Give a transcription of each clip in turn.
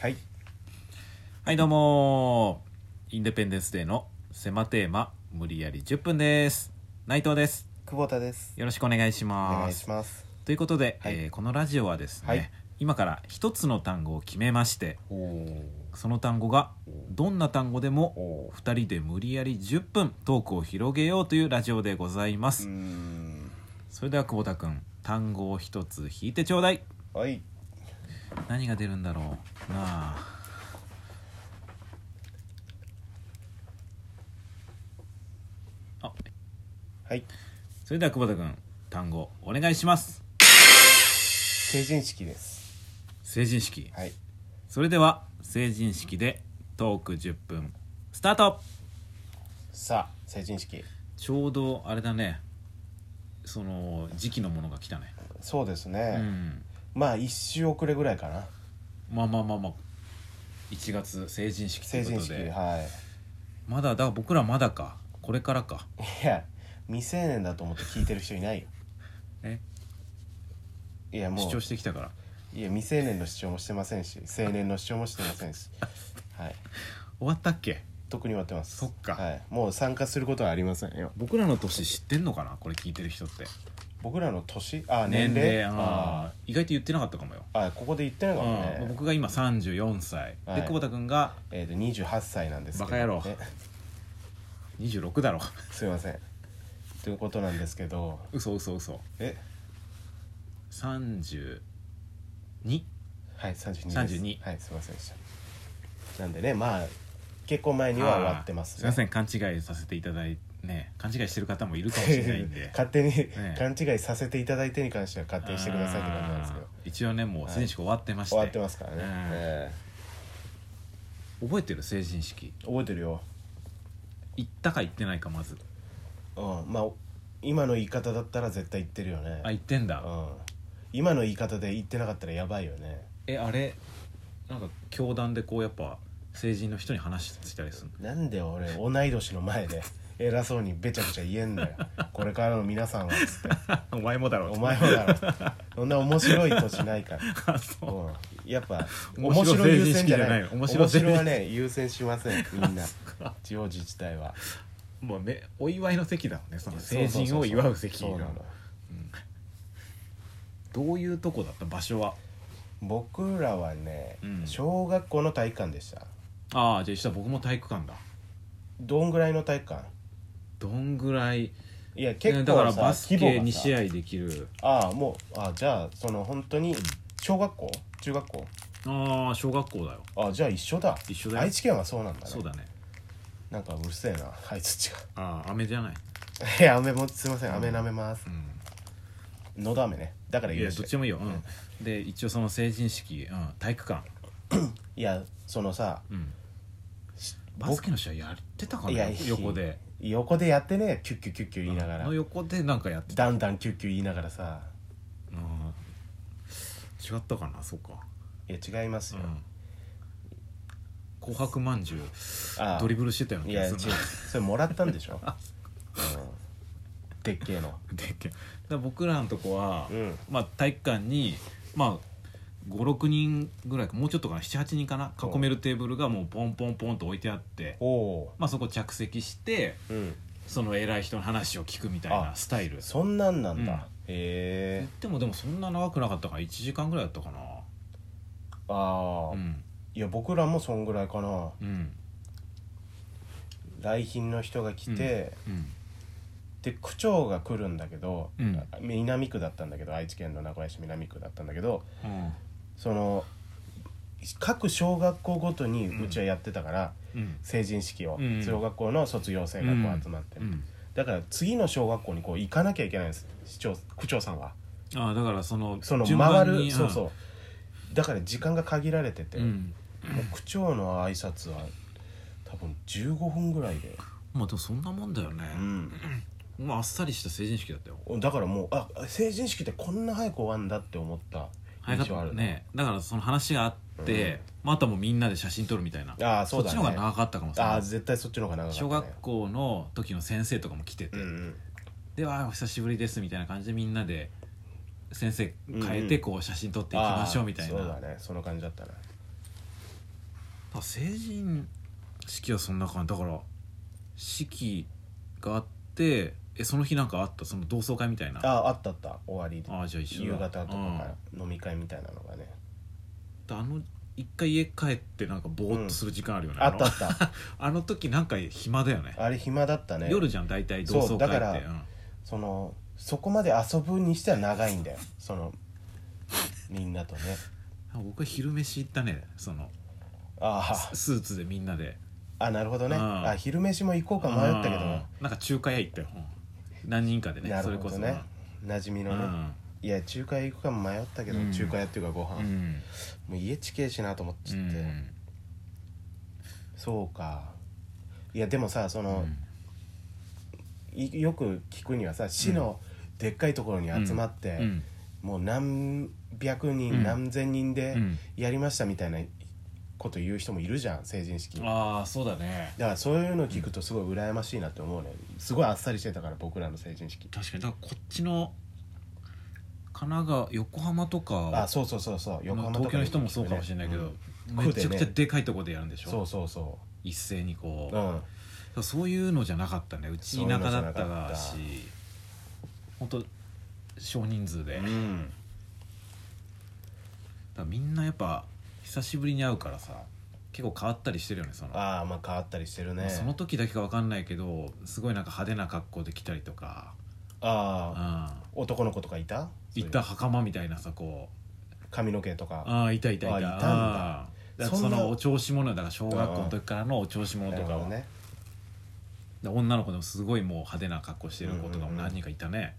はいはいどうもインデペンデンスデーの狭テーマ無理やり10分です内藤です久保田ですよろしくお願いしおます願いしますということで、はいえーこのラジオはですね、はい今から一つの単語を決めましておーその単語がどんな単語でもお2人で無理やり10分トークを広げようというラジオでございまーうす、ーんそれでは久保田君単語を一つ引いてちょうだいはい何が出るんだろうなああはいそれでは久保田君単語お願いします成人式です成人式はいそれでは成人式でトーク10分スタートさあ成人式ちょうどあれだねその時期のものが来たねそうですうね、んまあ一周遅れぐらいかなまあまあまあまあ1月成人式とい成うこ人と式ではまだだから僕らまだかこれからかいいや未成年だと思って聞いてる人いないよえいやも主う張してきたからいや未成年の主張もしてませんし成年の主張もしてませんしはい終わったっけ特に終わってますそっかはい、もう参加することはありませんよ僕らの年知ってんのかなこれ聞いてる人って僕らの年あ年年齢齢ああー意外と言ってなかったかもよ、ーあここで言ってないかもうんね、僕が今34歳、はいで久保田君がえー、と28歳なんですけどバカ野郎え26だろすいませんということなんですけど 嘘嘘嘘え32はい32です32はいすいませんでしたなんでねまあ結婚前には終わってます、あーすいません勘違いさせていただいてね勘違いしてる方もいるかもしれないんで 勝手に、え勘違いさせていただいてに関しては勝手にしてくださいって感じなんですけどあー一応ねもう成人式終わってまして、終わってますからね、うんえ覚えてる成人式ー覚えてるよ、行ったか行ってないかまずうん、まあ今の言い方だったら絶対言ってるよねあ行ってんだ、うん、今の言い方で言ってなかったらやばいよねえあれなんか教団でこうやっぱ成人の人に話したりするなのんで俺同い年の前で偉そうにべちゃくちゃ言えんだよこれからの皆さんはつってお前もだ ろお前もだろそんな面白い年ないから あそううんやっぱ面面白白いい優先じゃない面面白白成人式じゃないはね優先しませんみんな地方自治体はもうめお祝いの席だもんねその成人を祝う席そうながのどういうとこだった場所は僕らはね、うん小学校の体育館でしたああじゃあ一緒だ僕も体育館だどんぐらいの体育館どんぐらいいや結構さだからバスケ規模が2さ試合できるああもうあじゃあその本当に小学校中学校ああ小学校だよあじゃあ一緒だ一緒だよ愛知県はそうなんだねそうだねなんかうるせえなあいつ違うああ雨じゃない、 いや飴もすいません飴舐めますのど飴ねだからい許やどっしてちもいいよ、うん、で一応その成人式、うん、体育館、いやそのさうん、しバスケの試合やってたかいなや横で横でやってねキュッキュッキュッキュ言いながら、の横でなんかやってた、だんだんキュッキュ言いながらさうん、違ったかなそうかいや違いますうよ、ん紅白まんじゅうああドリブルしてたようない気やが違うするなそれもらったんで しょ、うん、でっけえのでっけだから僕らのとこは、うんまあ、体育館に、まあ、56人ぐらいかもうちょっとかな78人かな囲めるテーブルがもうポンポンポンと置いてあって、おおまあ、そこ着席してーうんその偉い人の話を聞くみたいなあスタイル言そんなんなんだ、うんへえってもでもそんな長くなかったから1時間ぐらいだったかなああ、うんいや僕らもそんぐらいかなうん来賓の人が来て、うんで区長が来るんだけど、うん南区だったんだけど愛知県の名古屋市南区だったんだけどうんその各小学校ごとにうんうちはやってたから、うん成人式を、うん小学校の卒業生がこう集まって、うんだから次の小学校にこう行かなきゃいけないんです市長区長さんはああだからそのその順回番る、にそうそうだから時間が限られてて、うん、うんもう区長の挨拶は多分15分ぐらいで、まあでもそんなもんだよね、まああっさりした成人式だったよだからもうあ成人式ってこんな早く終わんだって思った早かったねだからその話があって、まあ、あとはもうみんなで写真撮るみたいなああそうだねっちの方が長かったかもしれあなあい絶対そっちの方が長かった、ね、小学校の時の先生とかも来てて、うんうんではお久しぶりですみたいな感じでみんなで先生変えてこう写真撮っていきましょうみたいな、ああそうだねその感じだったなあ成人式はそんな感じだから式があってえその日なんかあったその同窓会みたいなあああったあった終わりあじゃあ一緒だ夕方とかうん飲み会みたいなのがねであの一回家帰ってなんかぼーっとする時間あるよね、あったあのっあの時なんか暇だよねたあれ暇だったね夜じゃん大体同窓そうだ会かっらて、うんそのそこまで遊ぶにしては長いんだよそのみんなとね僕は昼飯行ったねそのあスーツでみんなでああなるほどねうんあ昼飯も行こうか迷ったけどうんなんか中華屋行ったようん何人かでねなそるれこほそどね馴染みうのね、んいや中華屋行くか迷ったけど、うん中華屋っていうかごう飯、もんう家ちけえしなと思っちゃって、うんそうかいやでもさその、いよく聞くにはさ市のでっかいところに集まって、うんもう何百人、うん何千人でうんやりましたみたいなこと言う人もいるじゃん成人式だかああそうだねらそういうの聞くとすごい羨ましいなって思うねすごいあっさりしてたから僕らの成人式確かにだからこっちの神奈川横浜とあかそうそうそうそう横浜とか東京の人もそうかもしれないけど、めちゃくちゃでかいとこでやるんでしょそうそうそ一斉にこううんうそういうのじゃなかったねうち田舎だったがしそう本当少人数で、うだかんらみんなやっぱ久しぶりに会うからさ結構変わったりしてるよねそのああまあ変わったりしてるねその時だけか分かんないけどすごいなんか派手な格好で来たりとか、うああん、男の子とかいた行った袴みたいなさこう髪の毛とかああいたいたいたあいたんだああだからそそんなのお調子者だから小学校の時からのお調子者なとるかほを、どねで女の子でもすごいもう派手な格好してる子とかも何人かいたね、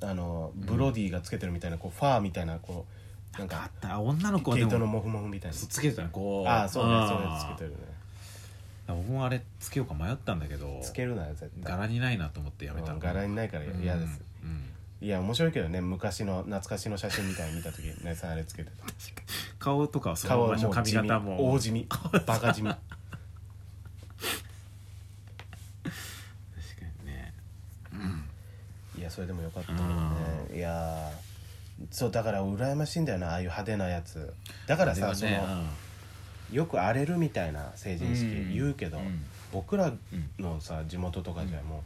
あのブロディがつけてるみたいなこうファーみたいなこうなんなんかあかった女の子は毛で糸のもモフモフみたいなそうつけてたねこうああそうねんそうねつけてるねだから僕もあれつけようか迷ったんだけどつけるなよ絶対柄にないなと思ってやめたうのん柄にないから嫌です、うんうんいや面白いけどね昔の懐かしの写真みたいに見た時ねさあれつけて顔と かはそたの顔はままもう髪地味型も大地味 バカ地味確かにねいやそれでもよかったけどねいやーそうだから羨ましいんだよなああいう派手なやつだからさ、あそれはのねよく荒れるみたいな成人うん式言うけど、うん僕らのさ地元とかじゃもう、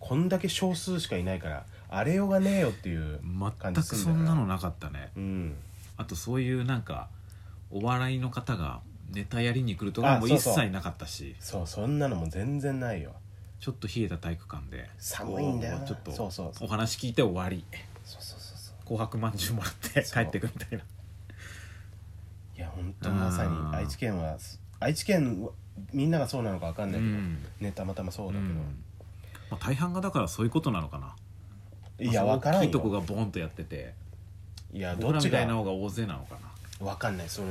こんだけ少数しかいないから荒れようがねえよっていううん感全じくするんそだよんなのなかったねうんあとそういうなんかお笑いの方がネタやりに来るとあかもうそう一そう切なかったしそうそんなのも全然ないよちょっと冷えた体育館で寒いんだよなこうちょっとそうそうそうお話聞いて終わりそうそうそうそう紅白まんじゅうもらってそう帰ってくみたいないや本当まさにうん愛知県は愛知県はみんながそうなのかわかんないけど、うんねたまたまそうだけど、うんまあ、大半がだからそういうことなのかないやまあわから大んきいとこよがボンとやってていやど僕っらちみたいな方がが大勢なのかなわかんないそれ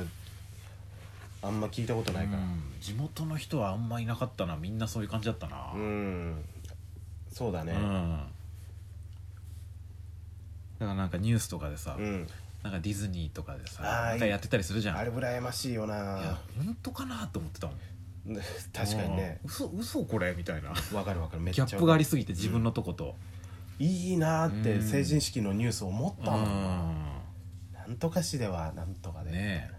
あんま聞いたことないからうん地元の人はあんまいなかったなみんなそういう感じだったなうん、そうだねうんだからなんかニュースとかでさ、うんなんかディズニーとかであさーなんかやってたりするじゃんあれ羨ましいよいやな本当かなと思ってたもん 確かにねうん嘘嘘これみたいなわかるわかるめっちギゃャップがありすぎぎて自分のとこといいなーっうてん成人式のニュース思ったもんうなんとか市ではなんとかんでねえ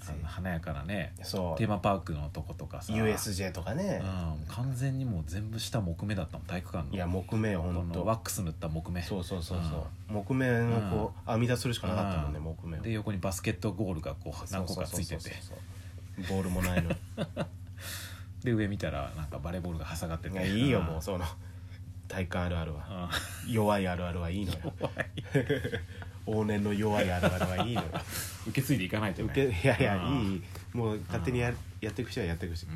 せあの華やかなねそテーマパークのとことかうさ USJ とかうねん完全にもう全部下木目だったもん体育館のいや木目よほこんのワッとクス塗った木目そうそうそうそう木目のこう編み出するしかなかったもんねうん木目をで横にバスケットゴールがこう何個かついてそうてそうそうそうボールもない ので上見たらなんかバレーボールが挟がっていてやいいよんもうその体感あるあるうはん弱いあるあるはいいのよ往年の弱いあるあるはいいの よ受け継いでいかないとね受けいやいやうんいいもう勝手にややっていく人はやっていくし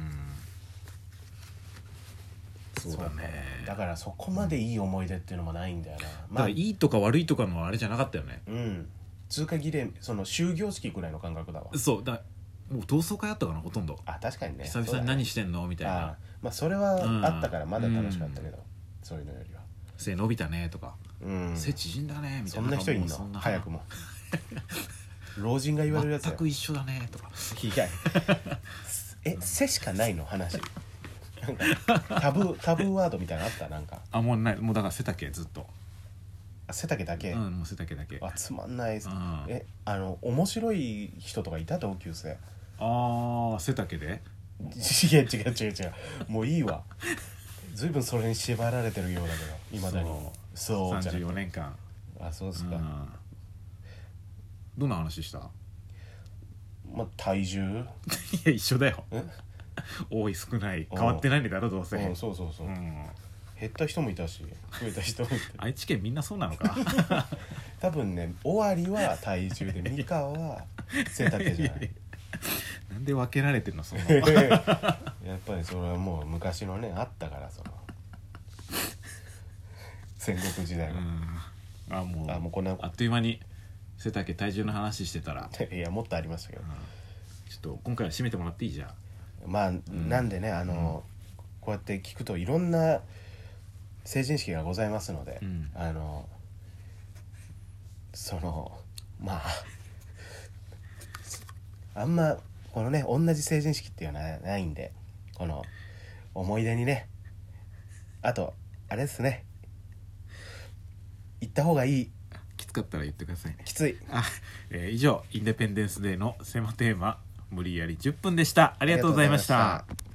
うんそうだねだからそこまでいい思い出っていうのもないんだよなだかまあらいいとか悪いとかのあれじゃなかったよねうん通過儀礼その終業式ぐらいの感覚だわそうだもう同窓会あったかなほとんどあ確かにね久々に何ししてんのみてたいあなあまあそれはあったからまだ楽しかったけどそういうのよりは「背伸びたね」とかう「ん背縮んだね」みたそいなんな人いんそのんな早くも老人が言われるやつ全やく一緒だねとかい やえ背しかないの話なんかタブータブーワードみたいなのあったなんかあもうないもうだから背丈ずっとあ背丈だけ、うんもう背丈だけあつまんないですあえあの面白い人とかいた同級生あー背丈でいや違う違う違うもういいわ随分それに縛られてるようだけどいまだにそうじゃなく34年間あそうですか、うんどんな話した いまあ体重や一緒だよえ多い少ない変わってないんだろどうせ、うんそうそうそう、うん減った人もいたし増えた人も いた愛知県みんなそうな のか多分ね終わりは体重で美香は背丈じゃない なんで分けられてん のそのやっぱりそれはもう昔のねあったからその戦国時代うは、んあもうあもうこんなあっという間に背丈体重の話してたら、いやもっとありましたけどうんちょっと今回は締めてもらっていいじゃんまあ、なんでねあの、こうやって聞くといろんな成人式がございますので、うんあのそのまああんまこのね同じ成人式っていうのはないんでこの思い出にねあとあれですね行った方がいいきつかったら言ってくださいねきついあ、えー以上インデペンデンスデーの狭テーマ無理やり10分でしたありがとうございましありがとうございましたた